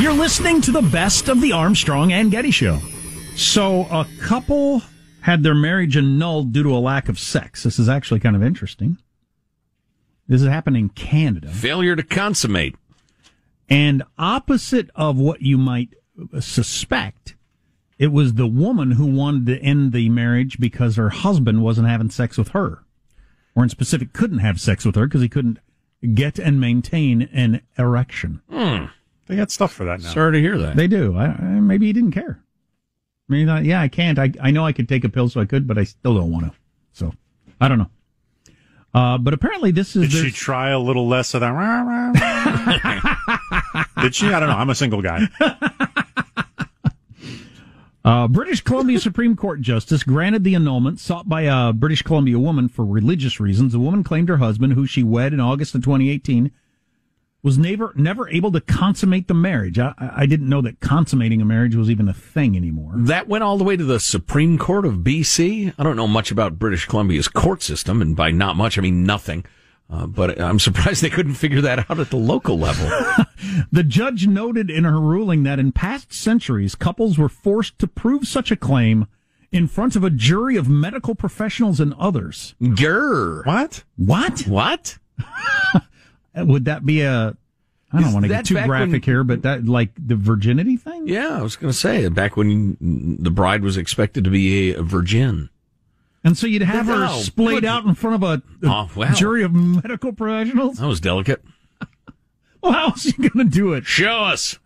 You're listening to the best of the Armstrong and Getty Show. So, a couple had their marriage annulled due to a lack of sex. This is actually kind of interesting. This is happening in Canada. Failure to consummate. And opposite of what you might suspect, it was the woman who wanted to end the marriage because her husband wasn't having sex with her. Or, in specific, couldn't have sex with her because he couldn't get and maintain an erection. Hmm. They got stuff for that now. Sorry to hear that. They do. I, I- maybe he didn't care. Maybe not. Yeah, I can't. I, I know I could take a pill, so I could, but I still don't want to. So I don't know. Uh, but apparently this is Did she there's- try a little less of that? rah, rah, rah? Did she? I don't know. I'm a single guy. uh, British Columbia Supreme Court justice granted the annulment sought by a British Columbia woman for religious reasons. The woman claimed her husband, who she wed in August of 2018, was never never able to consummate the marriage. I, I I didn't know that consummating a marriage was even a thing anymore. That went all the way to the Supreme Court of BC. I don't know much about British Columbia's court system, and by not much, I mean nothing. Uh, but I'm surprised they couldn't figure that out at the local level. The judge noted in her ruling that in past centuries, couples were forced to prove such a claim in front of a jury of medical professionals and others. Grr. What? What? What? Would that be a. I don't Is want to that get too back graphic when- here, but that, like, the virginity thing? Yeah, I was going to say back when the bride was expected to be a virgin. And so you'd have her No, splayed good- out in front of a, a Oh, wow. jury of medical professionals? That was delicate. Well, how else are you going to do it? Show us.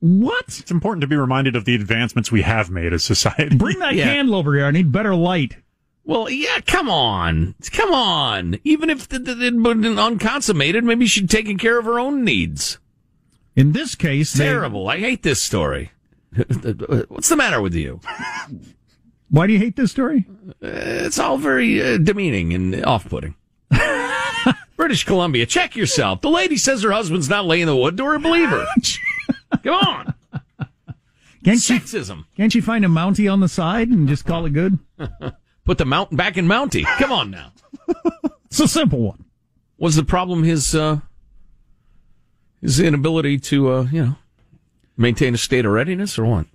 What? It's important to be reminded of the advancements we have made as society. Bring that Yeah. candle over here. I need better light. Well, yeah, come on. Come on. Even if it unconsummated, maybe she'd taken care of her own needs. In this case, they- Terrible. I hate this story. What's the matter with you? why do you hate this story? It's all very uh, demeaning and off-putting. British Columbia, check yourself. The lady says her husband's not laying the wood to her. Believe her. Come on. Can't you Sexism. Can't you find a Mountie on the side and just call it good? Put the mountain back in Mountie. Come on now. It's a simple one. Was the problem his uh, his inability to uh, you know maintain a state of readiness or what?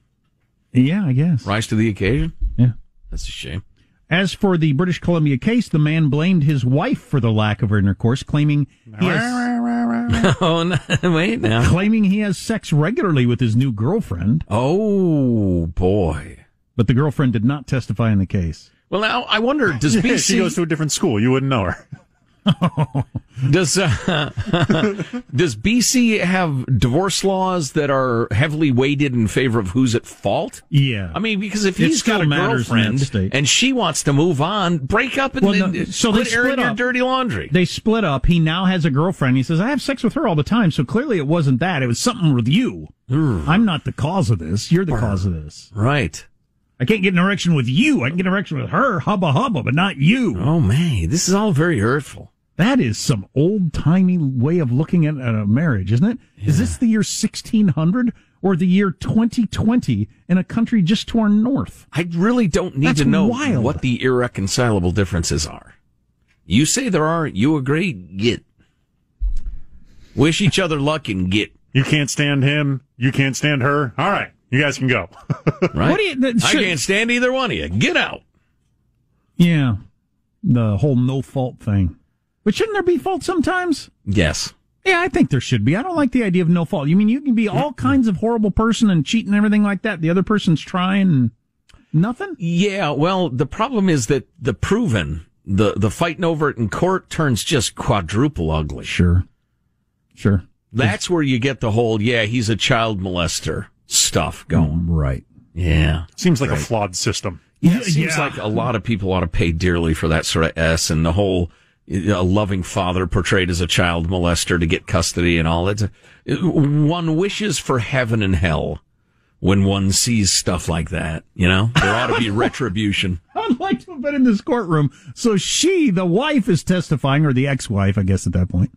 Yeah, I guess. Rise to the occasion. Yeah. That's a shame. As for the British Columbia case, the man blamed his wife for the lack of intercourse, claiming he has, oh no! Wait now. claiming he has sex regularly with his new girlfriend, Oh boy. but the girlfriend did not testify in the case. Well, now I wonder. Does Yeah, BC she goes to a different school. You wouldn't know her. Does uh, does BC have divorce laws that are heavily weighted in favor of who's at fault? Yeah. I mean, because if It he's still got a matters in that girlfriend state. and she wants to move on, break up and Well, then no, so they quit airing split your up. dirty laundry. they split up. He now has a girlfriend. He says, I have sex with her all the time. So clearly it wasn't that. It was something with you. I'm not the cause of this. You're the cause of this. right. I can't get an erection with you. I can get an erection with her, hubba hubba, but not you. Oh man, this is all very hurtful. That is some old timey way of looking at, at a marriage, isn't it? Is this the year 1600 or the year 2020 in a country just torn north? I really don't need That's to know wild. what the irreconcilable differences are. You say there are, you agree, get. Wish each other luck and get, You can't stand him. You can't stand her. All right. You guys can go. right? What do you- that I should- can't stand either one of you. Get out. Yeah. The whole no fault thing. But shouldn't there be fault sometimes? Yes. Yeah, I think there should be. I don't like the idea of no fault. You mean you can be all kinds of horrible person and cheat and everything like that. The other person's trying and nothing? Yeah, well, the problem is that the proven, the, the fighting over it in court turns just quadruple ugly. Sure. Sure. That's where you get the whole, yeah, he's a child molester stuff going. Right. Yeah. Seems like a flawed system. Yeah, It seems yeah. like a lot of people ought to pay dearly for that sort of S and the whole uh, loving father portrayed as a child molester to get custody and all that. One wishes for heaven and hell when one sees stuff like that, you know? There ought to be retribution. I'd like to have been in this courtroom. So she, the wife, is testifying, or the ex-wife, I guess, at that point.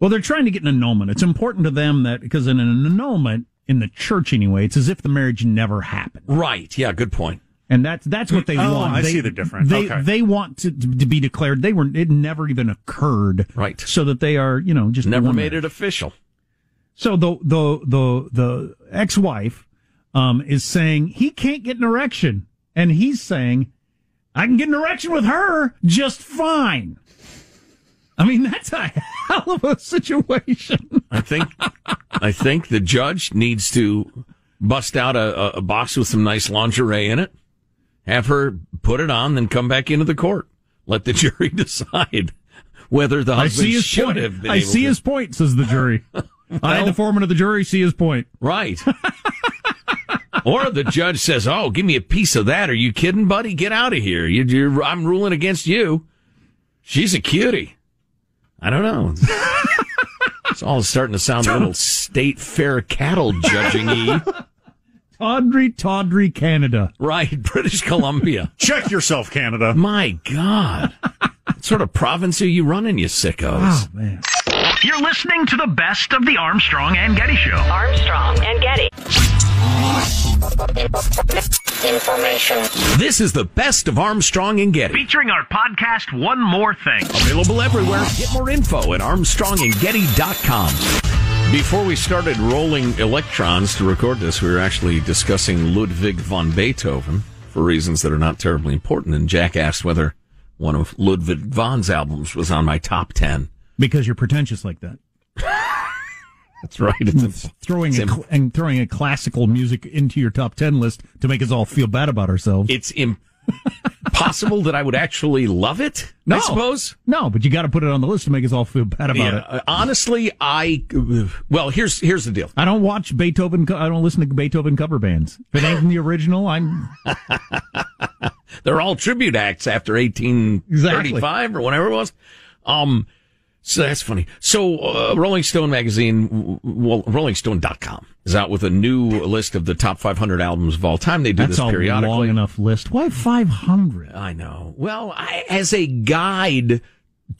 Well, they're trying to get an annulment. It's important to them that because in an annulment in the church, anyway, it's as if the marriage never happened, Right. Yeah, good point. and that's that's what they Oh, want. I they, see the difference. They Okay. they want to, to be declared they were it never even occurred, Right. So that they are you know just Never one made marriage. it official. So the the the the ex-wife um, is saying he can't get an erection, and he's saying I can get an erection with her just fine. I mean, that's a hell of a situation. I think I think the judge needs to bust out a, a, a box with some nice lingerie in it, have her put it on, then come back into the court. Let the jury decide whether the I husband see his should point. have been I able see to. his point, says the jury. I, the foreman of the jury, see his point. right. or the judge says, "Oh, give me a piece of that." Are you kidding, buddy? Get out of here! You, you're, I'm ruling against you. She's a cutie. I don't know. It's all starting to sound a little state fair cattle judging y. Tawdry, tawdry Canada. Right, British Columbia. Check yourself, Canada. My God. What sort of province are you running, you sickos? Oh, man. You're listening to the best of the Armstrong and Getty Show. Armstrong and Getty. This is the best of Armstrong and Getty. Featuring our podcast, One More Thing. Available everywhere. Get more info at armstrongandgetty.com. Before we started rolling electrons to record this, we were actually discussing Ludwig von Beethoven for reasons that are not terribly important. And Jack asked whether one of Ludwig von's albums was on my top 10. Because you're pretentious like that. That's right. It's a Throwing a, Tim. cl- and throwing a classical music into your top 10 list to make us all feel bad about ourselves. it's impossible that I would actually love it. I No. suppose. No, but you got to put it on the list to make us all feel bad about Yeah, it. uh, honestly, I well, here's here's the deal. I don't watch Beethoven. co- I don't listen to Beethoven cover bands. If it ain't in the original, I'm They're all tribute acts after 1835 or whatever it was. Um, so that's funny. So uh, Rolling Stone magazine, well, RollingStone.com is out with a new list of the top 500 albums of all time. They do that's this a long periodically. enough list. Why 500? I know. Well, I, as a guide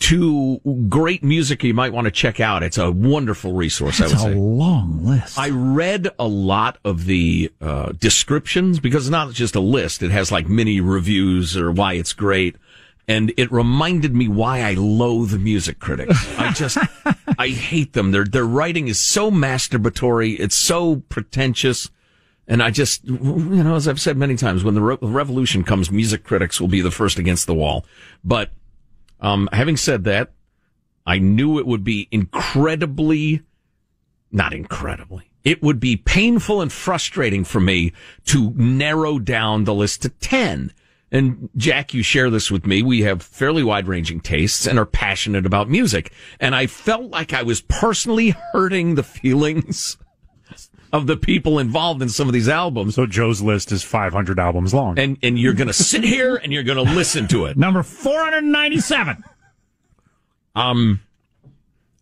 to great music you might want to check out, it's a wonderful resource. I That's would a say. long list. I read a lot of the uh, descriptions because it's not just a list. It has like mini reviews or why it's great. And it reminded me why I loathe music critics. I just, I hate them. Their, their writing is so masturbatory. It's so pretentious. And I just, you know, as I've said many times, when the re- revolution comes, music critics will be the first against the wall. But, um, having said that, I knew it would be incredibly not incredibly. It would be painful and frustrating for me to narrow down the list to 10. And Jack, you share this with me. We have fairly wide ranging tastes and are passionate about music. And I felt like I was personally hurting the feelings of the people involved in some of these albums. So Joe's list is 500 albums long. And, and you're going to sit here and you're going to listen to it. Number 497. Um,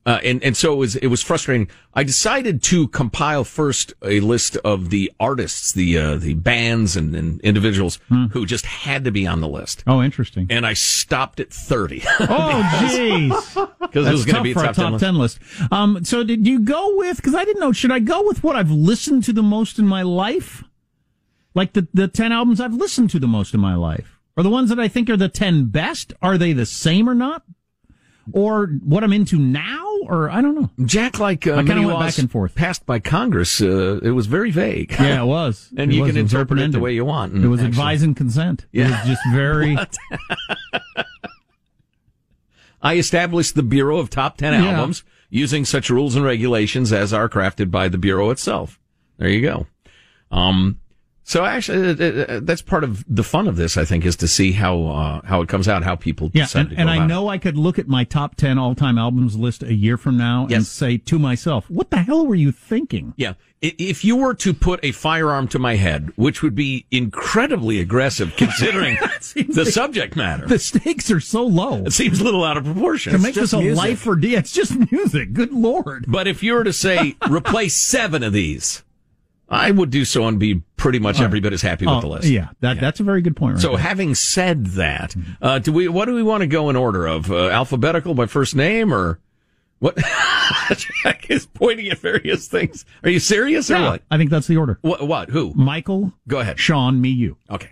Uh, and and so it was it was frustrating. I decided to compile first a list of the artists, the uh, the bands and, and individuals Hmm. who just had to be on the list, Oh, interesting. and I stopped at thirty Oh, jeez. because it That's was tough going to be a for top, a top 10 ten, list. list. Um, so did you go with? Because I didn't know. Should I go with what I've listened to the most in my life? Like the the ten albums I've listened to the most in my life, or the ones that I think are the ten best? Are they the same or not? Or what I'm into now? Or I don't know. Jack, like uh, I kinda many went laws back and forth. passed by Congress, uh, it was very vague. Yeah, it was. And It you was. can It was interpret it the open-ended. way you want. It was Actually. advise and consent. It was just very. I established the Bureau of Top 10 Yeah. Albums using such rules and regulations as are crafted by the Bureau itself. There you go. Um, so actually, uh, uh, that's part of the fun of this, I think, is to see how, uh, how it comes out, how people Yeah, decide and, to go and I about it. know I could look at my top 10 all time albums list a year from now and Yes. say to myself, what the hell were you thinking? Yeah. I- If you were to put a firearm to my head, which would be incredibly aggressive considering the subject matter, The stakes are so low. it seems a little out of proportion. to make this a life or death, it's just music. Good Lord. But if you were to say replace seven of these, I would do so and be pretty much every bit as happy with the Oh, list. yeah, that, that's a very good point. Right Mm-hmm. So there. having said that, uh, do we? What do we want to go in order of uh, alphabetical by first name or what? Jack is pointing at various things. Are you serious or what? I think that's the order. What? What? Mm. Who? Michael, Go ahead. Sean, me, you. Okay.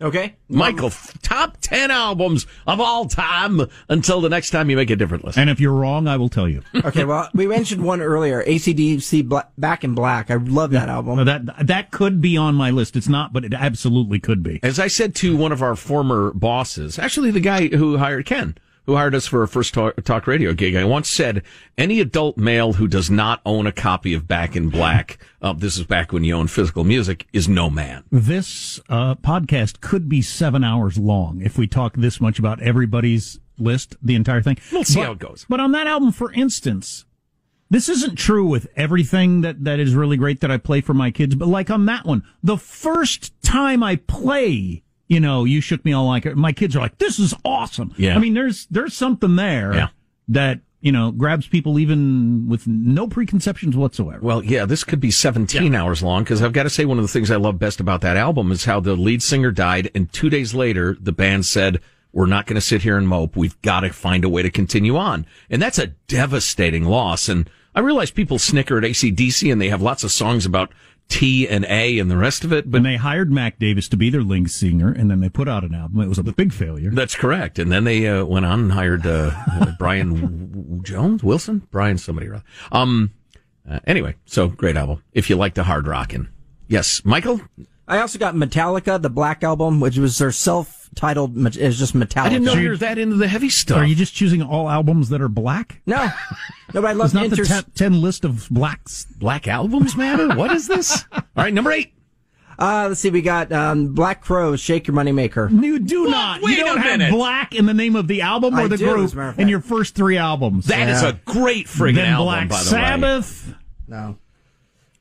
Okay. Michael, f- top 10 albums of all time until the next time you make a different list. And if you're wrong, I will tell you. Okay, well, we mentioned one earlier, ACDC Bla- Back in Black. I love that No, album. that that could be on my list. It's not, but it absolutely could be. As I said to one of our former bosses, actually the guy who hired Ken, who hired us for our first talk, talk radio gig, I once said, any adult male who does not own a copy of Back in Black, uh, this is back when you own physical music, is no man. This uh, podcast could be seven hours long if we talk this much about everybody's list, the entire thing. We'll see But- how it goes. But on that album, for instance, this isn't true with everything that, that is really great that I play for my kids, but like on that one, the first time I play, you know, you shook me all like my kids are like, this is awesome. Yeah. I mean, there's there's something there Yeah. that you know grabs people even with no preconceptions whatsoever. Well, yeah, this could be 17 hours long because I've got to say one of the things I love best about that album is how the lead singer died and two days later the band said, we're not going to sit here and mope. We've got to find a way to continue on. And that's a devastating loss. And I realize people snicker at ACDC and they have lots of songs about T and A and the rest of it, but and they hired Mac Davis to be their lead singer, and then they put out an album. It was a big failure. that's correct. And then they uh, went on and hired uh, uh, Brian W- W- Jones, Wilson, Brian somebody. or other. Um, uh, anyway, so great album. If you like the hard rockin'. Yes, Michael, I also got Metallica, the Black album, which was their self-titled, it was just Metallica. I didn't know you were that into the heavy stuff. Are you just choosing all albums that are black? No, no, but I It's love not Inter- the ten, 10 list of blacks. Black albums matter? What is this? All right, number eight. uh, let's see, we got um, Black Crow, Shake Your Moneymaker. You do What? not. Wait you don't a have minute. black in the name of the album or I the do, as group a matter of in fact. your first three albums. That is a great friggin' then album, Black by the way. Sabbath. No.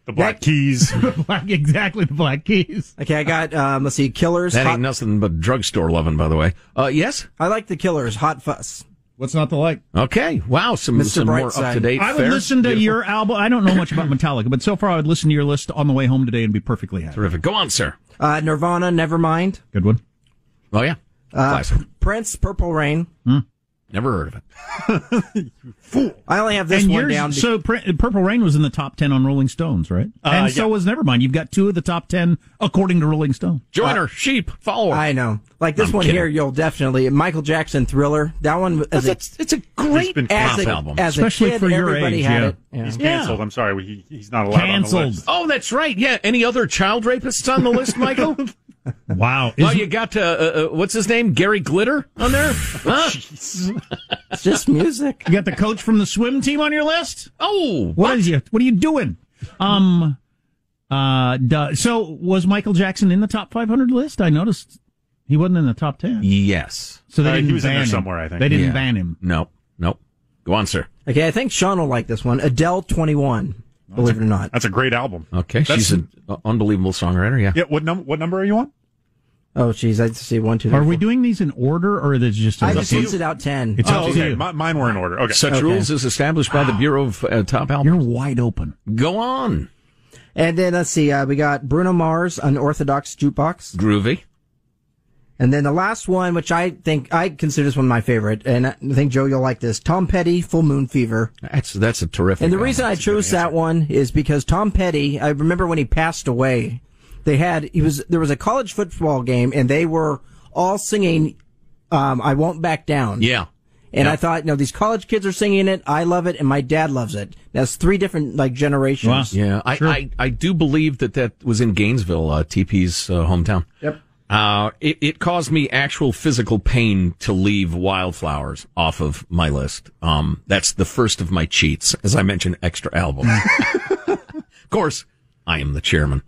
The Black Keys. Black, exactly the Black Keys. Okay, I got, um, let's see, Killers. That Hot- ain't nothing but drugstore loving, by the way. Uh, yes. I like the Killers, Hot Fuss. What's not to like? Okay. Wow. Some, Mr. some more Brightside. up to date. I would listen to your album. I don't know much about Metallica, but so far I would listen to your list on the way home today and be perfectly happy. terrific. Go on, sir. Uh, Nirvana, Nevermind. Good one. Oh yeah. Uh, Classic. Prince, Purple Rain. Never heard of it. I only have this and one yours, down. so Pr- Purple Rain was in the top ten on Rolling Stones, right? and so was Nevermind. You've got two of the top ten according to Rolling Stone. Joiner, sheep, follower. uh, I know. Like this I'm one kidding. here, you'll definitely Michael Jackson Thriller. That one But as a, it's, it's a great been pop as a, album. as a Especially kid, for your everybody age, had yeah. it. Yeah. He's canceled. I'm sorry. He, he's not allowed on the Canceled. list. oh, that's right. Yeah. Any other child rapists on the list, Michael? Wow! oh, Isn't- you got uh, uh, uh, what's his name? Gary Glitter on there? Huh? It's just music. you got the coach from the swim team on your list. Oh, what is you? What are you doing? Um, uh, duh. so was Michael Jackson in the top 500 list? I noticed he wasn't in the top 10. Yes. So they Uh, he didn't was in ban there him. somewhere, I think. they didn't Yeah. ban him. No. Nope. Go on, sir. Okay, I think Sean will like this one. Adele 21. Believe it or not. That's a great album. Okay, That's- she's an uh, unbelievable songwriter. Yeah. Yeah. What number? What number are you on? Oh, jeez, I see one, two. three, Are we four. doing these in order, or is it just? I as- just listed out ten. It's up Oh, to okay. you. Mi- mine were in order. Okay. Such rules is established by the Bureau of uh, Top Albums. You're wide open. Go on, And then let's see, uh, we got Bruno Mars, Unorthodox Jukebox. groovy. And then the last one, which I think I consider this one my favorite, and I think Joe, you'll like this. Tom Petty, Full Moon Fever. That's that's a terrific. And the album. reason I chose that one is because Tom Petty, I remember when he passed away, they had, he was, there was a college football game and they were all singing, um, I Won't Back Down. yeah, And Yeah. I thought, no, these college kids are singing it. I love it. And my dad loves it. That's three different, like, generations. Wow. yeah. I, Sure. I I do believe that that was in Gainesville, uh, TP's uh, hometown. Yep. Uh, it, it caused me actual physical pain to leave Wildflowers off of my list. Um, that's the first of my cheats, as I mentioned, extra album. of course, I am the chairman.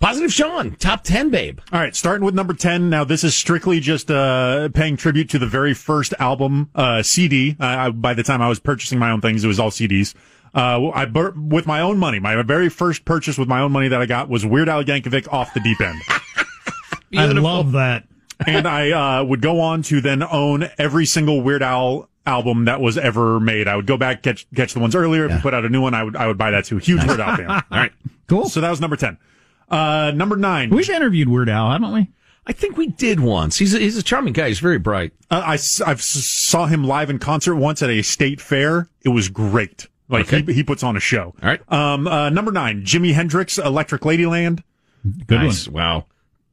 Positive Sean, top 10, babe. All right, starting with number 10. Now, this is strictly just uh, paying tribute to the very first album uh, CD. Uh, I, by the time I was purchasing my own things, it was all CDs. Uh, I bur- with my own money. My very first purchase with my own money that I got was Weird Al Yankovic off the deep end, I love that. and I uh, would go on to then own every single Weird Al album that was ever made. I would go back catch catch the ones earlier. If he put out a new one, I would I would buy that too. Huge Weird Al fan. All right. Cool. So that was number ten. Uh, number nine. We've interviewed Weird Al, haven't we? I think we did once. He's a, he's a charming guy. He's very bright. Uh, I s- I've s- saw him live in concert once at a state fair. It was great. Like Okay. he, he puts on a show. All right. Um, uh, number nine, Jimi Hendrix, Electric Ladyland. Good nice. one. Wow.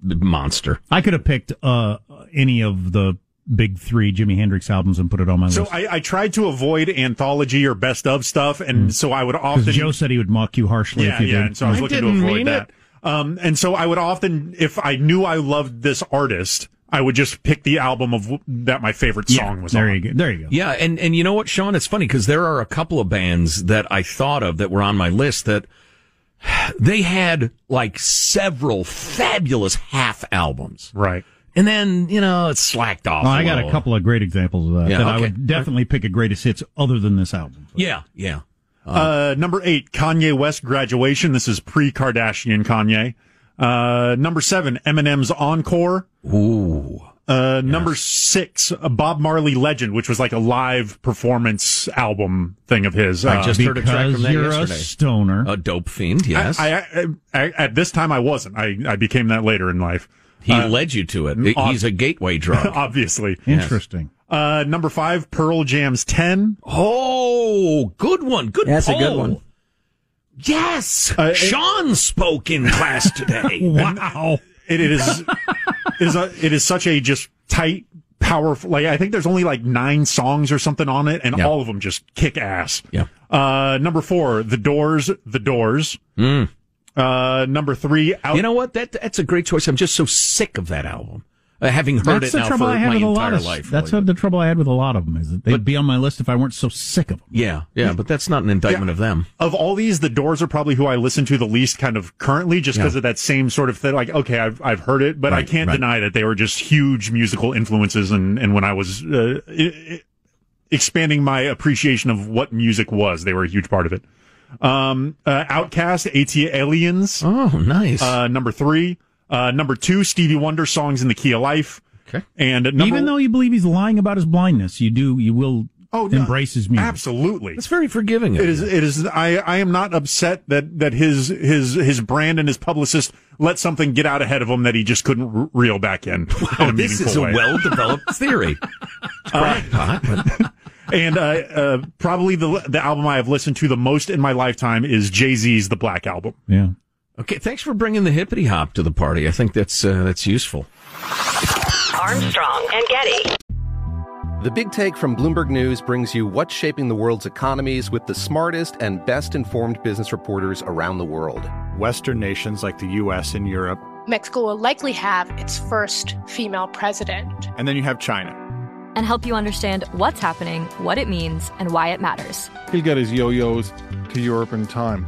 The monster. I could have picked uh, any of the big three Jimi Hendrix albums and put it on my So list. I, I tried to avoid anthology or best of stuff, and so I would often Because Hmm. Joe said he would mock you harshly yeah if you yeah. did. And so I was I looking to didn't avoid mean that. Um, and so I would often, if I knew I loved this artist, I would just pick the album of w- that my favorite Yeah, song was there on. you go. There you go. Yeah, and and you know what, Sean? It's funny because there are a couple of bands that I thought of that were on my list that they had like several fabulous half albums, Right. and then you know it slacked off. Oh, I got a little. couple of great examples of that. Yeah, that I okay. would definitely pick a greatest hits other than this album. Yeah, yeah. Uh, number eight, Kanye West graduation. This is pre Kardashian Kanye. Uh, number seven, Eminem's encore. Ooh, Uh, number six, a Bob Marley legend, which was like a live performance album thing of his. I Uh, just heard a track Because from that you're a yesterday. Oh, stoner. A dope fiend. Yes, Um, I, I, I, at this time I wasn't. I, I became that later in life, he uh, led you to it. ob- He's a gateway drug. obviously. Interesting. Uh, number five, Pearl Jam's 10. oh, good one. Good. That's a good poll. one. Yes, Uh, it- Sean spoke in class today. Wow. It, it is, it is, a, it is such a just tight, powerful, like, I think there's only like nine songs or something on it and Yeah. all of them just kick ass. yeah. Uh, number four, The Doors, The Doors. Uh, number three, out. Hmm. Oh. You know what? That that's a great choice. I'm just so sick of that album, uh, having heard that's it the now trouble for I had my with a entire lot of. life. that's really. what the trouble I had with a lot of them is that they'd be on my list if I weren't so sick of them. yeah, yeah. But that's not an indictment of them. of all these, The Doors are probably who I listen to the least, kind of currently, just because Yeah. of that same sort of thing. Like, okay, I've I've heard it, but I Right, can't right. deny that they were just huge musical influences. And and when I was uh, i i expanding my appreciation of what music was, they were a huge part of it. Um, uh, Outcast, AT Aliens, Oh, nice. uh, number three, uh, number two, Stevie Wonder songs in the key of life, okay. and number Even though you believe he's lying about his blindness, you do you will Oh, no. embrace his music. absolutely It's very forgiving. It is. It is. I. I am not upset that that his his his brand and his publicist let something get out ahead of him that he just couldn't re- reel back in. in Oh, a this meaningful is a way. Uh, well-developed theory. Crackpot, but- And uh, uh, probably the the album I have listened to the most in my lifetime is Jay Z's The Black Album. Yeah. okay, thanks for bringing the hippity hop to the party. I think that's uh, that's useful. Armstrong and Getty. The Big Take from Bloomberg News brings you what's shaping the world's economies with the smartest and best informed business reporters around the world. Western nations like the US and Europe. Mexico will likely have its first female president. And then you have China. and help you understand what's happening, what it means, and why it matters. He'll get his yo yo's to Europe in time.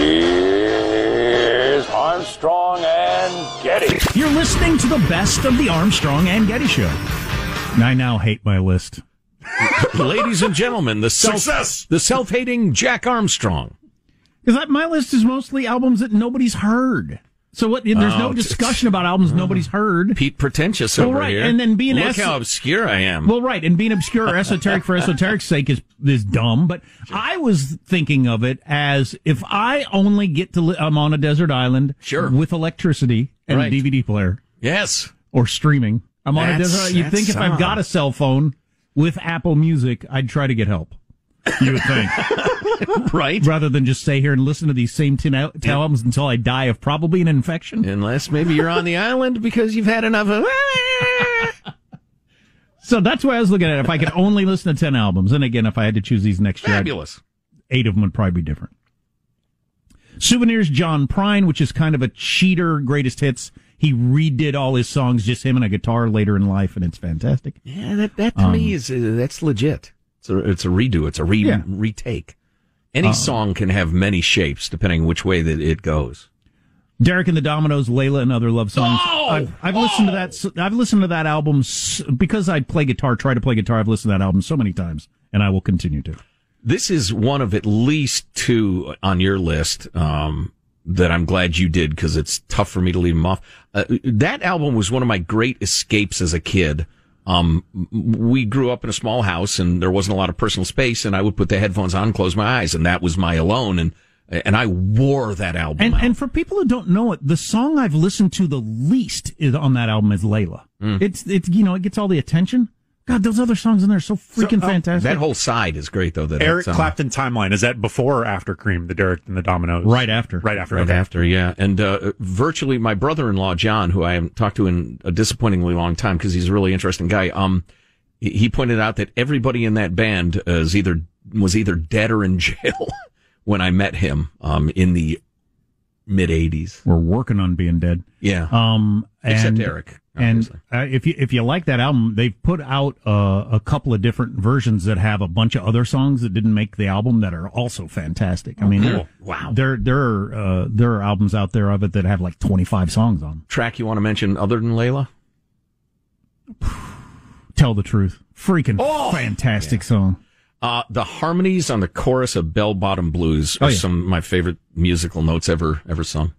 Here's Armstrong and Getty. You're listening to the best of the Armstrong and Getty Show. And I now hate my list. Ladies and gentlemen, the self, Success! the self-hating Jack Armstrong. Because my list is mostly albums that nobody's heard. So what? There's Oh, Mm. no just- discussion about albums nobody's heard. Pete pretentious Well, over right, here. and then being look asked- how obscure I am. Well, right, and being obscure or esoteric for esoteric's sake is is dumb. But I was thinking of it as if I only get to li- I'm on a desert island, sure, with electricity and Right. a DVD player, yes, or streaming. I'm on That's- a desert. You that's think if I've some. got a cell phone with Apple Music, I'd try to get help. You would think. right. Rather than just stay here and listen to these same 10 al- 10 albums until I die of probably an infection. Unless maybe you're on the island because you've had enough of. So that's why I was looking at it. If I could only listen to 10 albums, and again, if I had to choose these next year, I'd- Fabulous. eight of them would probably be different. Souvenirs John Prine, which is kind of a cheater greatest hits. He redid all his songs, just him and a guitar later in life, and it's fantastic. Yeah, that that to Um, me is uh, that's legit. It's a, it's a redo. It's a re Yeah. retake. Any Uh, song can have many shapes depending which way that it goes. Derek and the Dominoes, Layla and other love songs. Oh! I've, I've listened to that. s- I've listened to that album s- because I play guitar, try to play guitar. I've listened to that album so many times, and I will continue to. This is one of at least two on your list um, that I'm glad you did because it's tough for me to leave them off. Uh, that album was one of my great escapes as a kid. Um, we grew up in a small house and there wasn't a lot of personal space, and I would put the headphones on, close my eyes, and that was my alone. And and I wore that album. And and for people who don't know it, the song I've listened to the least is on that album is Layla. Mm. It's it's you know it gets all the attention. God, those other songs in there are so freaking fantastic. uh, That whole side is great though. That uh, Eric it's um, on. Clapton timeline is that before or after Cream, the Derek and the Dominoes? Right after. Right after. Right okay. after, yeah. And uh, virtually my brother-in-law John, who I haven't talked to in a disappointingly long time because he's a really interesting guy. Um, he- he pointed out that everybody in that band uh, is either was either dead or in jail when I met him. Um, in the mid '80s. We're working on being dead. Yeah. Um, Except and, Eric, And uh, if you if you like that album, they've put out uh, a couple of different versions that have a bunch of other songs that didn't make the album that are also fantastic. I mean, Oh, Cool. there- Wow. there there are, uh, there are albums out there of it that have like twenty five songs on. 'em. Track you want to mention other than Layla? Tell the truth, freaking Oh! fantastic song. Uh, the harmonies on the chorus of "Bell Bottom Blues" are Oh, yeah. some of my favorite musical notes ever ever sung.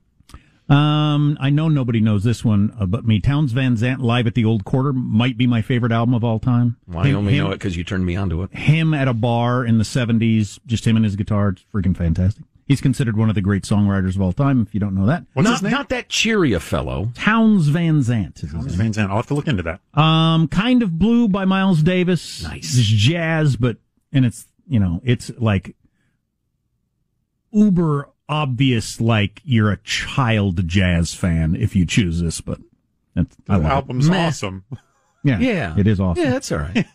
Um, I know nobody knows this one, uh, but me. Towns Van Zant live at the Old Quarter might be my favorite album of all time. Well, I Him- only him- know it because you turned me onto it. him at a bar in the 70s, just him and his guitar. It's freaking fantastic. He's considered one of the great songwriters of all time, if you don't know that. not, not that cheery a fellow. Towns Van Zant. Is his Van Zandt. I'll have to look into that. Um, kind of blue by Miles Davis. Nice. It's jazz, but and it's you know it's like uber obvious, like you're a child jazz fan if you choose this. But that's, I The love it. album's Meh. awesome. Yeah, it is awesome. Yeah, that's all right.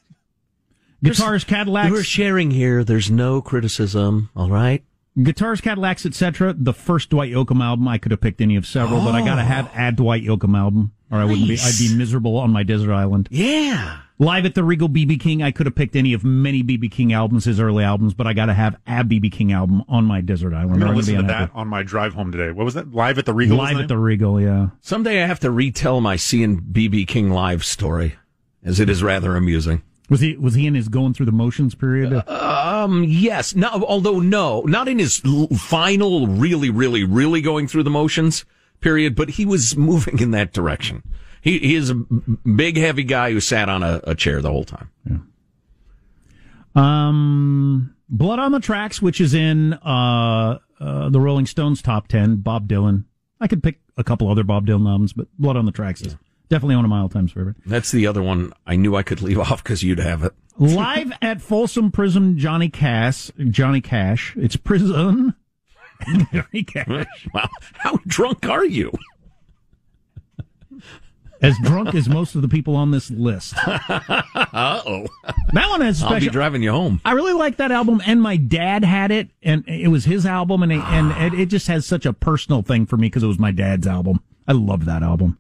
Guitars, Cadillacs. We're sharing here. There's no criticism. All right. Guitars, Cadillacs, etc. The first Dwight Yoakam album. I could have picked any of several, but I gotta have a Dwight Yoakam album, or I wouldn't be. I'd Nice. be miserable on my desert island. Yeah. Live at the Regal BB King. I could have picked any of many BB King albums, his early albums, but I gotta have a BB King album on my desert island. I'm or going I'm to gonna be listen to unhappy. that on my drive home today. What was that? Live at the Regal. Live at the Regal. Yeah. Someday I have to retell my seeing BB King live story, as it is rather amusing. Was he was he in his going through the motions period? Uh, Um, yes. No, although no, not in his l- final, really, really, really going through the motions period, but he was moving in that direction. He, he is a b- big, heavy guy who sat on a, a chair the whole time. uh. Um, Blood on the Tracks, which is in uh, uh, the Rolling Stones top ten. Bob Dylan. I could pick a couple other Bob Dylan albums, but Blood on the Tracks is definitely one of my all-time favorite. That's the other one I knew I could leave off because you'd have it. Live at Folsom Prison, Johnny Cash. Johnny Cash. It's prison. Johnny Cash. Wow, how drunk are you? As drunk as most of the people on this list. uh oh. That one has I'll be special- driving you home. I really like that album, and my dad had it, and it was his album, and it, and it, it just has such a personal thing for me because it was my dad's album. I love that album.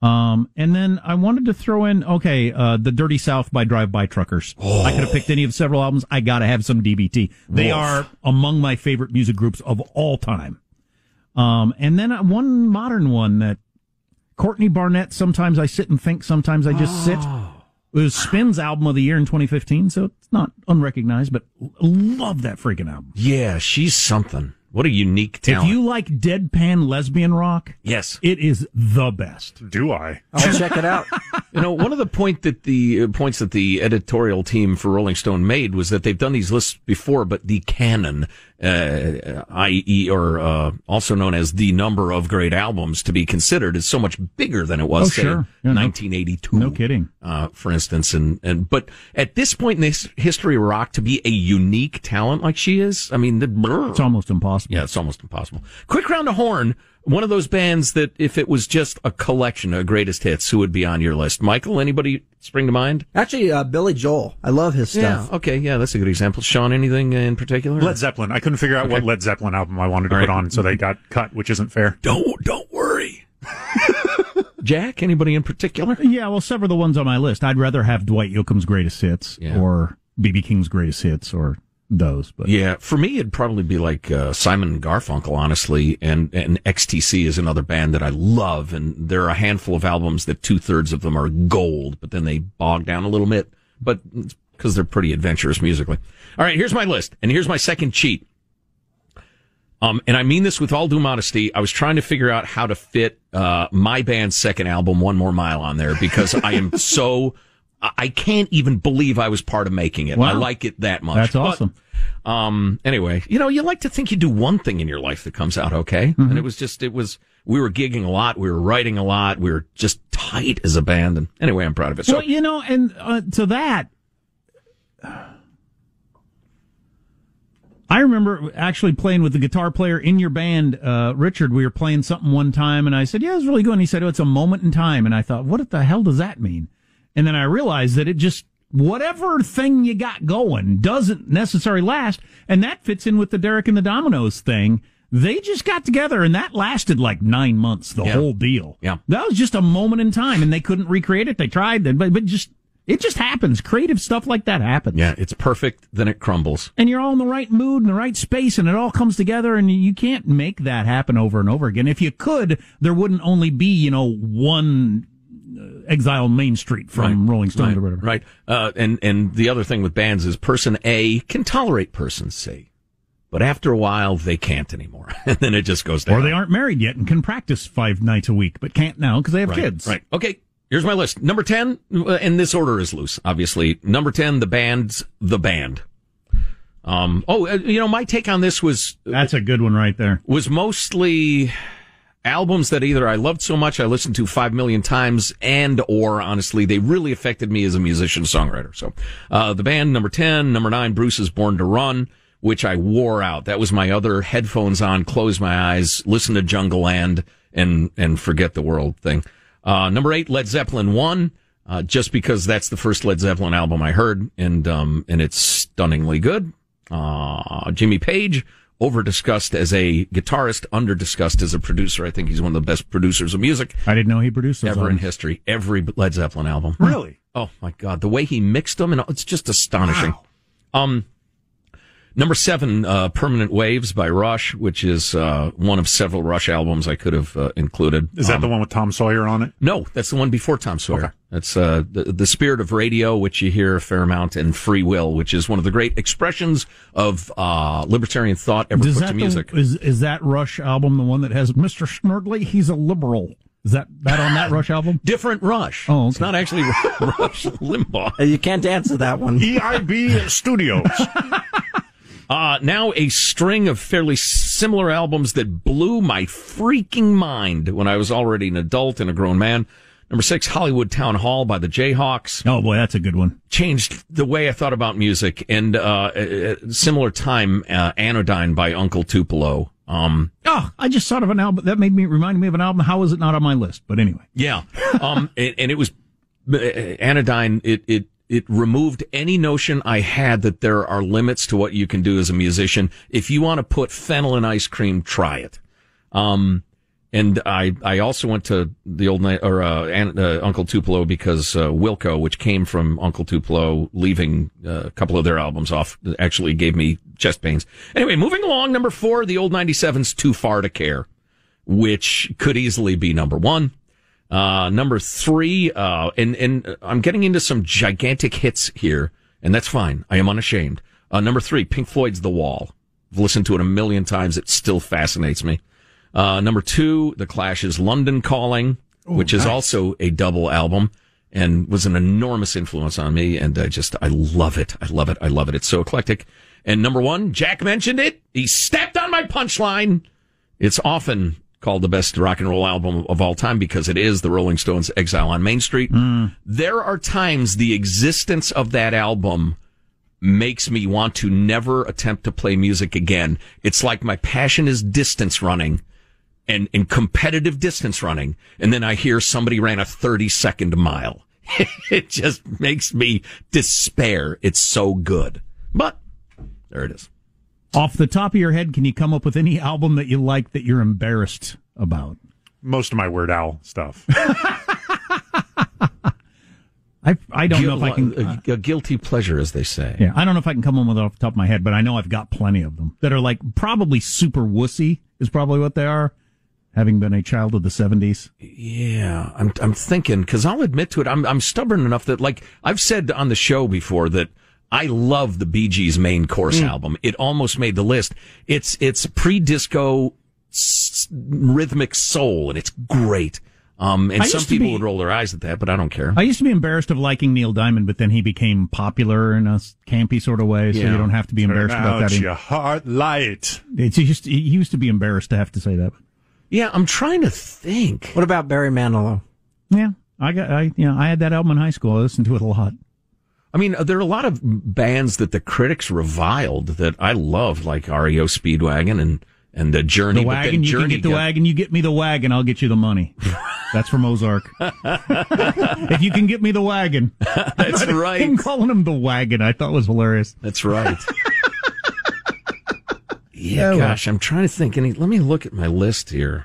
Um, and then I wanted to throw in okay, uh, the Dirty South by Drive By Truckers. I could have picked any of several albums. I gotta have some DBT. They Woof. are among my favorite music groups of all time. Um, and then uh, one modern one that Courtney Barnett. Sometimes I sit and think. Sometimes I just sit. It was Spin's album of the year in 2015, so it's not unrecognized, but l- love that freaking album. Yeah, she's something. What a unique talent. If you like deadpan lesbian rock, yes. it is the best. Do I? I'll check it out. You know, one of the point that the uh, points that the editorial team for Rolling Stone made was that they've done these lists before, but the canon, uh, i.e., or uh, also known as the number of great albums to be considered, is so much bigger than it was, Oh, say, sure. Yeah, no- 1982. no kidding. uh, for instance, and and but at this point in this history of rock, to be a unique talent like she is, I mean, the, It's almost impossible. yeah, it's almost impossible. Quick round of horn. One of those bands that, if it was just a collection of greatest hits, who would be on your list? Michael, anybody spring to mind? Actually, uh, Billy Joel. I love his stuff. Yeah. Okay. Yeah, that's a good example. Sean, anything in particular? Led Zeppelin. I couldn't figure out what Okay. Led Zeppelin album I wanted to All put right. on, so they got cut, which isn't fair. Don't don't worry. Jack, anybody in particular? Uh, Yeah, well, several of the ones on my list. I'd rather have Dwight Yoakam's greatest hits Yeah. or BB King's greatest hits or those, but Yeah, for me it'd probably be like uh, Simon and Garfunkel, honestly, and and XTC is another band that I love, and there are a handful of albums that two thirds of them are gold, but then they bog down a little bit, but because they're pretty adventurous musically. All right, here's my list, and here's my second cheat. Um, and I mean this with all due modesty. I was trying to figure out how to fit uh, my band's second album, One More Mile, on there because I am so I I can't even believe I was part of making it. I Wow. like it that much. that's But- awesome. um, anyway, you know, you like to think you do one thing in your life that comes out okay. Mm-hmm. And it was just, it was, we were gigging a lot. We were writing a lot. We were just tight as a band. And anyway, I'm proud of it. So well, you know, and uh, to that, I remember actually playing with the guitar player in your band, uh, Richard. We were playing something one time, and I said, "Yeah, it's really good." And he said, "Oh, it's a moment in time." And I thought, "What the hell does that mean?" And then I realized that it just whatever thing you got going doesn't necessarily last, and that fits in with the Derek and the Dominoes thing. They just got together, and that lasted like nine months, the Yeah. whole deal. Yeah. That was just a moment in time, and they couldn't recreate it. They tried, that, but but just it just happens. Creative stuff like that happens. yeah, it's perfect. Then it crumbles. And you're all in the right mood and the right space, and it all comes together. And you can't make that happen over and over again. If you could, there wouldn't only be you know one uh, Exile on Main Street from Right. Rolling Stone right, or whatever. Right. Uh, and, and the other thing with bands is person A can tolerate person C, but after a while they can't anymore. and then it just goes down. Or they aren't married yet and can practice five nights a week, but can't now because they have right, kids. Right. Okay. Here's my list. Number 10, uh, and this order is loose, obviously. Number 10, the band's The Band. Um, oh, uh, you know, my take on this was that's a good one right there. Was mostly albums that either I loved so much I listened to five million times, and or honestly, they really affected me as a musician songwriter. So, uh, the band number ten, number nine, Bruce is Born to Run, which I wore out. That was my other headphones on, close my eyes, listen to Jungle Land, and and forget the world thing. Uh, number eight, Led Zeppelin one. Uh, just because that's the first Led Zeppelin album I heard, and um, and it's stunningly good. Uh, Jimmy Page, over discussed as a guitarist, under discussed as a producer. I think he's one of the best producers of music I didn't know he produced those ever in albums. history. Every Led Zeppelin album. Hmm. Really? Oh my God. The way he mixed them and all- it's just astonishing. Um, number seven, uh, Permanent Waves by Rush, which is, uh, one of several Rush albums I could have uh, included. Is that Um, the one with Tom Sawyer on it? No, that's the one before Tom Sawyer. That's uh, the, the spirit of radio, which you hear a fair amount, and free will, which is one of the great expressions of uh, libertarian thought ever Does put that to the- music. is is that Rush album the one that has Mr. Snurdly? He's a liberal. Is that that on that Rush album? Different Rush. Oh, It's not actually Rush Limbaugh. Uh, You can't answer that one. EIB E Studios. Uh, now a string of fairly similar albums that blew my freaking mind when I was already an adult and a grown man. Number six, Hollywood Town Hall by the Jayhawks. Oh boy, that's a good one. Changed the way I thought about music and, uh, at similar time, uh, Anodyne by Uncle Tupelo. Um, Oh, I just thought of an album that made me remind me of an album. How is it not on my list? But anyway, Yeah. Um, and, and it was uh, anodyne. It, it, it removed any notion I had that there are limits to what you can do as a musician. If you want to put fennel in ice cream, try it. Um, and I, I also went to the old night or, uh, Aunt, uh Uncle Tupelo because, uh, Wilco, which came from Uncle Tupelo, leaving uh, a couple of their albums off actually gave me chest pains. Anyway, moving along, number four, the old 97's Too Far to Care, which could easily be number one. Uh, number three, uh, and, and I'm getting into some gigantic hits here, and that's fine. I am unashamed. Uh, number three, Pink Floyd's The Wall. I've listened to it a million times. It still fascinates me. Uh, number two, The Clash's London Calling, which is also a double album and was an enormous influence on me. And I just, I love it. I love it. I love it. It's so eclectic. And number one, Jack mentioned it. He stepped on my punchline. It's often called the best rock and roll album of all time because it is the Rolling Stones Exile on Main Street. Hmm. There are times the existence of that album makes me want to never attempt to play music again. It's like my passion is distance running and, and competitive distance running. And then I hear somebody ran a 30 second mile. it just makes me despair. It's so good. But there it is. off the top of your head, can you come up with any album that you like that you're embarrassed about? Most of my Weird Al stuff. I I don't know if I can. uh, Guil- uh, a, a guilty pleasure, as they say. Yeah, I don't know if I can come up with it off the top of my head, but I know I've got plenty of them that are like probably super wussy is probably what they are, having been a child of the seventies. Yeah, I'm I'm thinking because I'll admit to it. I'm I'm stubborn enough that like I've said on the show before that I love the Bee Gees main course Mm. album. It almost made the list. It's it's pre disco s- rhythmic soul and it's great. Um, and I some used to people be- would roll their eyes at that, but I don't care. I used to be embarrassed of liking Neil Diamond, but then he became popular in a s- campy sort of way, so Yeah. you don't have to be embarrassed Turn about out that. e- Your heart light. It's he used to, he used to be embarrassed to have to say that. Yeah, I'm trying to think. What about Barry Manilow? Yeah, I got I you know I had that album in high school. I listened to it a lot. I mean, uh, there are a lot of bands that the critics reviled that I loved, like REO Speedwagon and and the Journey. The but then wagon, you Journey can get the got- wagon. You get me the wagon, I'll get you the money. That's from Ozark. if you can get me the wagon, that's right. Him calling him the wagon, I thought was hilarious. That's right. Yeah, Oh, well. gosh, I'm trying to think. Any, let me look at my list here.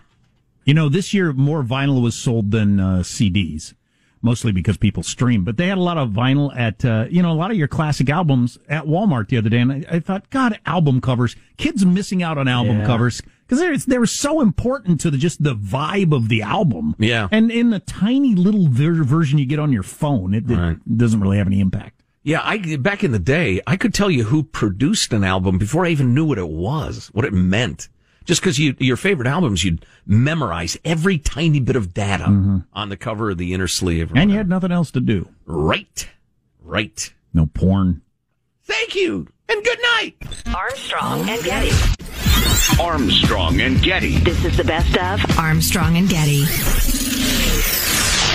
You know, this year more vinyl was sold than uh, CDs, mostly because people stream. But they had a lot of vinyl at, uh, you know, a lot of your classic albums at Walmart the other day. And I, I thought, God, album covers. Kids missing out on album Yeah. covers because they're, it's- they were so important to the, just the vibe of the album. Yeah. And in the tiny little ver- version you get on your phone, it, it doesn't really have any impact. Yeah, I back in the day, I could tell you who produced an album before I even knew what it was, what it meant. Just because you, your favorite albums, you'd memorize every tiny bit of data on the cover of the inner sleeve. Mm-hmm. And you had nothing else to do. Right. Right. No porn. Thank you. and good night. Armstrong and Getty. Armstrong and Getty. This is the best of Armstrong and Getty.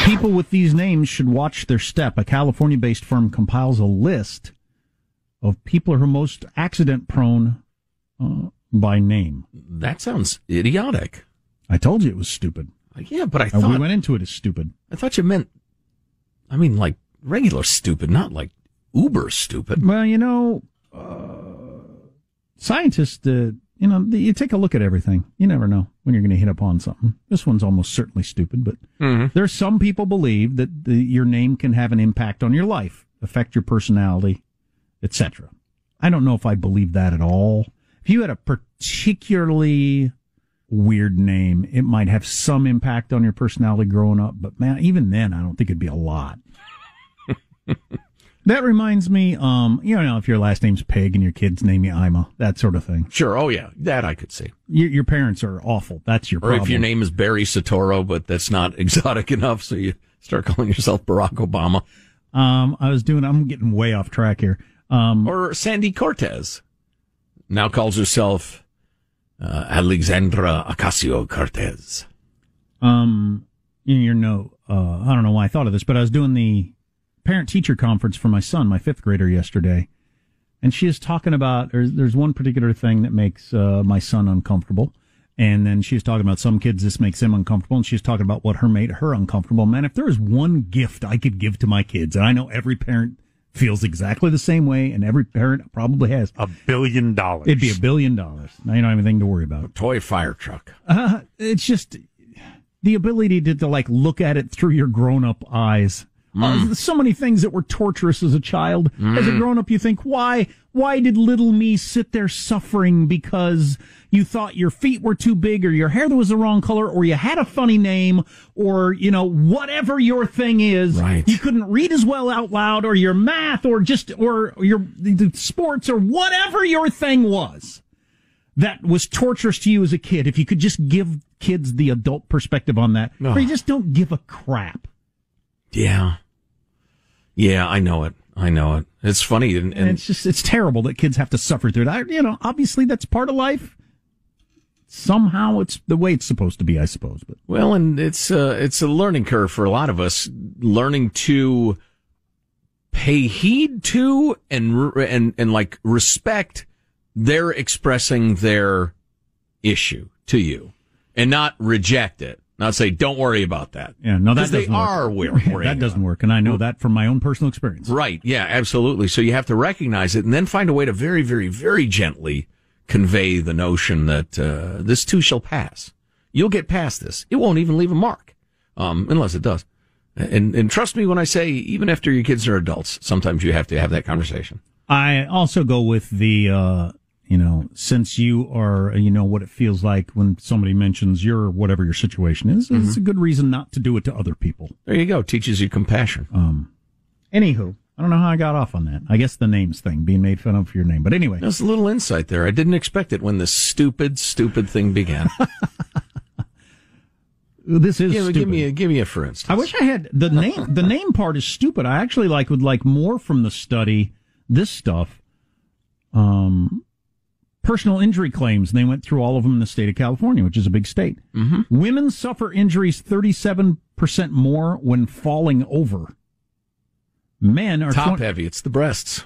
People with these names should watch their step. A California based firm compiles a list of people who are most accident prone uh, by name. That sounds idiotic. I told you it was stupid. Yeah, but I And we thought went into it as stupid. I thought you meant. I mean, like regular stupid, not like uber stupid. Well, you know, uh, scientists, uh, you know, the- you take a look at everything. You never know when you're going to hit upon something. This one's almost certainly stupid, but Mm-hmm. there are some people believe that the, your name can have an impact on your life, affect your personality, etc. I don't know if I believe that at all. If you had a particularly weird name, it might have some impact on your personality growing up, but man, even then, I don't think it'd be a lot. That reminds me, um, you know, if your last name's Pig and your kids name you Ima, that sort of thing. Sure. Oh yeah, that I could see. Your, your parents are awful. That's your Or problem. if your name is Barry Satoro, but that's not exotic enough, so you start calling yourself Barack Obama um, I was doing. I'm getting way off track here. Um, or Sandy Cortez. Now calls herself uh, Alexandra Ocasio Cortez. um, you know, you're no. Uh, I don't know why I thought of this, but I was doing the parent teacher conference for my son, my fifth grader, yesterday, and she is talking about. There's, there's one particular thing that makes uh, my son uncomfortable. And then she's talking about some kids, this makes them uncomfortable. And she's talking about what her made her uncomfortable. Man, if there was one gift I could give to my kids, and I know every parent feels exactly the same way, and every parent probably has a billion dollars. It'd be a billion dollars. Now you don't have anything to worry about. Toy fire truck. Uh, it's just the ability to, to like look at it through your grown up eyes. Uh, there's so many things that were torturous as a child. As a Mm. grown up, you think, why, why did little me sit there suffering because you thought your feet were too big or your hair was the wrong color or you had a funny name or, you know, whatever your thing is. Right. You couldn't read as well out loud or your math or just, or your the sports or whatever your thing was that was torturous to you as a kid, if you could just give kids the adult perspective on that, No. they just don't give a crap. Yeah. Yeah, I know it. I know it. It's funny. And, And, and it's just, it's terrible that kids have to suffer through it. I, you know, obviously that's part of life. Somehow it's the way it's supposed to be, I suppose. But well, and it's a, it's a learning curve for a lot of us, learning to pay heed to and, re- and, and like respect their expressing their issue to you and not reject it. Not say, don't worry about that. yeah, no, that 'Cause they doesn't work. are wor- worrying. that doesn't work. And I know that from my own personal experience. Right. Yeah, absolutely. So you have to recognize it and then find a way to very, very, very gently convey the notion that uh, this too shall pass. You'll get past this. It won't even leave a mark, um, unless it does. And, and trust me when I say, even after your kids are adults, sometimes you have to have that conversation. I also go with the, uh, you know, since you are, you know, what it feels like when somebody mentions your whatever your situation is, it's Mm-hmm. a good reason not to do it to other people. There you go. Teaches you compassion. Um, anywho, I don't know how I got off on that. I guess the names thing, being made fun of for your name. But anyway, That's a little insight there. I didn't expect it when this stupid, stupid thing began. this is Yeah, but stupid. give me a, give me a for instance. I wish I had the name. The name part is stupid. I actually like would like more from the study. This stuff, um, personal injury claims. And they went through all of them in the state of California, which is a big state. Mm-hmm. Women suffer injuries thirty-seven percent more when falling over. Men are Top 20 heavy. It's the breasts.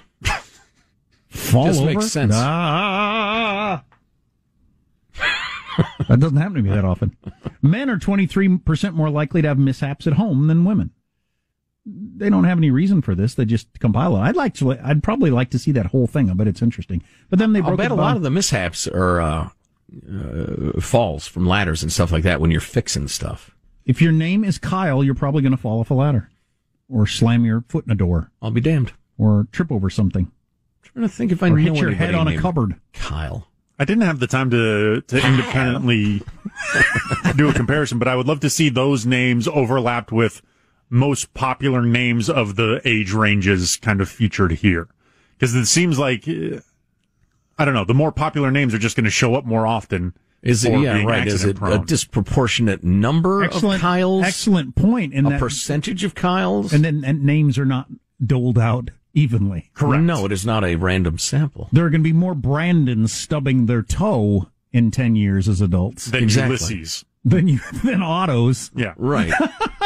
fall Just over. makes sense. Ah. that doesn't happen to me that often. Men are 23% more likely to have mishaps at home than women. They don't have any reason for this. They just compile it. I'd like to, I'd probably like to see that whole thing. I bet it's interesting. But then they I broke bet it a by- lot of the mishaps are uh, uh, falls from ladders and stuff like that when you're fixing stuff. If your name is Kyle, you're probably going to fall off a ladder or slam your foot in a door. I'll be damned. Or trip over something. I'm trying to think if I or know hit your anybody head on a named cupboard. Kyle. I didn't have the time to to independently do a comparison, but I would love to see those names overlapped with most popular names of the age ranges kind of featured here. Because it seems like, eh, I don't know, the more popular names are just going to show up more often. Is it, for yeah, being right. Is it a accident-prone. disproportionate number Excellent- of Kyles? Excellent point. And a that- percentage of Kyles? and then and names are not doled out evenly. Correct. No, it is not a random sample. There are going to be more Brandons stubbing their toe in 10 years as adults Than Exactly. Ulysses. Than, you, than autos. Yeah. Right.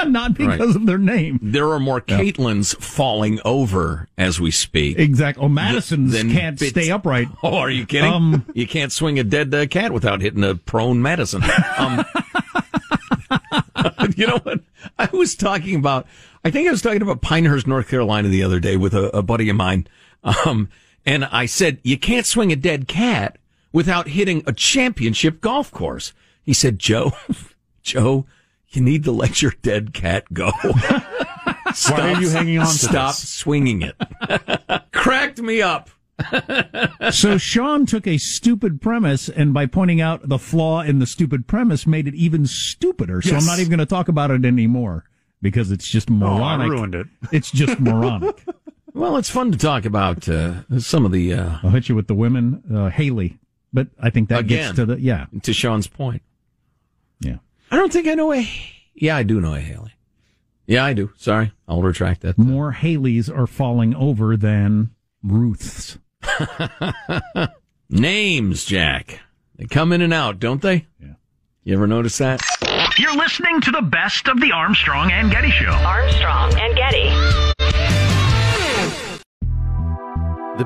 not because Right. of their name. There are more Caitlins falling over as we speak. Exactly. Oh, Madison's Then can't bits- stay upright. Oh, are you kidding? Um, you can't swing a dead uh, cat without hitting a prone Madison. Um, you know what? I was talking about, I think I was talking about Pinehurst, North Carolina the other day with a, a buddy of mine. Um, and I said, you can't swing a dead cat without hitting a championship golf course. He said, Joe, Joe, you need to let your dead cat go. Why are you hanging on to Stop this? swinging it. Cracked me up. so Sean took a stupid premise and by pointing out the flaw in the stupid premise made it even stupider. So Yes. Oh, I'm not even going to talk about it anymore because it's just moronic. ruined it. It's just moronic. Well, it's fun to talk about uh, some of the uh, I'll hit you with the women, uh, Haley. But I think that again gets to the yeah. to Sean's point. Yeah. I don't think I know a. Yeah, I do know a Haley. Yeah, I do. Sorry, I'll retract that. More Haleys are falling over than Ruths. Names, Jack. They come in and out, don't they? Yeah. You ever notice that? You're listening to the best of the Armstrong and Getty Show. Armstrong and Getty. The